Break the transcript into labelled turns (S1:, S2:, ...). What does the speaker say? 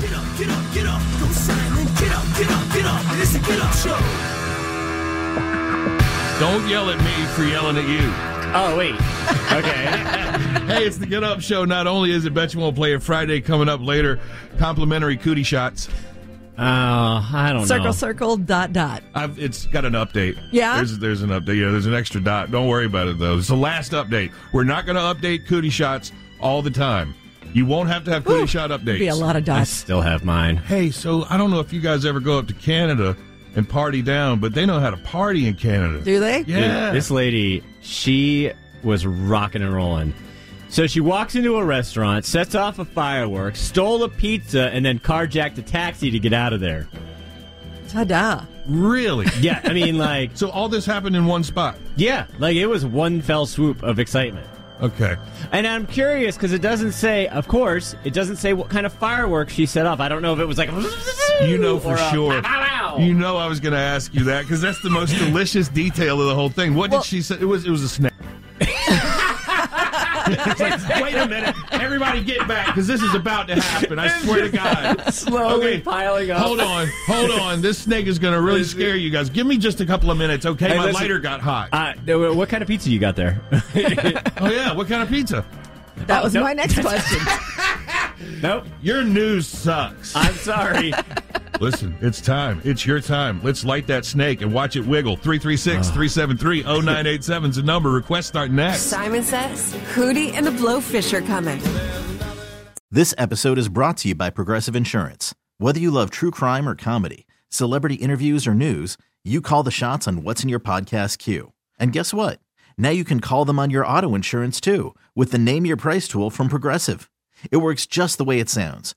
S1: get up, get up, go silent. Get up, get up, get up. It's a get up show.
S2: Don't yell at me for yelling at you.
S3: Oh, wait. Okay.
S2: Hey, it's the Get Up Show. Not only is it Bet You Won't Play It Friday coming up later, complimentary cootie shots.
S3: Oh, I don't
S4: Circle,
S3: know.
S4: circle, dot, dot.
S2: I've, it's got an update.
S4: Yeah?
S2: There's, there's an update. Yeah, there's an extra dot. Don't worry about it, though. It's the last update. We're not going to update cootie shots all the time. You won't have to have cootie
S4: Whew.
S2: shot updates.
S4: Be a lot of
S3: I
S4: dots.
S3: still have mine.
S2: Hey, so I don't know if you guys ever go up to Canada and party down, but they know how to party in Canada.
S4: Do they?
S2: Yeah.
S3: Dude, this lady, she was rocking and rolling. So she walks into a restaurant, sets off a fireworks, stole a pizza, and then carjacked a taxi to get out of there.
S4: Ta-da.
S2: really?
S3: Yeah, I mean, like,
S2: So all this happened in one spot.
S3: yeah, like it was one fell swoop of excitement.
S2: Okay.
S3: And I'm curious because it doesn't say, of course, it doesn't say what kind of fireworks she set off. I don't know if it was like,
S2: You know for
S3: or a
S2: sure.
S3: pow-pow-pow.
S2: You know I was going to ask you that because that's the most delicious detail of the whole thing. What
S4: Well-
S2: did she say? It was it was a snake. it's like, wait a minute, everybody get back because this is about to happen. I swear to God.
S3: slowly
S2: Okay.
S3: piling up.
S2: Hold on, hold on. This snake is going to really scare you guys. Give me just a couple of minutes, okay?
S3: Hey,
S2: My
S3: listen-
S2: lighter got hot.
S3: Uh, what kind of pizza you got there?
S2: oh yeah, what kind of pizza?
S4: That
S2: Oh,
S4: was
S3: no.
S4: my next question.
S3: nope.
S2: Your news sucks.
S3: I'm sorry.
S2: Listen, it's time. It's your time. Let's light that snake and watch it wiggle. 336 373 0987 is the number. Request start next.
S5: Simon Says, Hootie and the Blowfish are coming.
S6: This episode is brought to you by Progressive Insurance. Whether you love true crime or comedy, celebrity interviews or news, you call the shots on what's in your podcast queue. And guess what? Now you can call them on your auto insurance too with the Name Your Price tool from Progressive. It works just the way it sounds.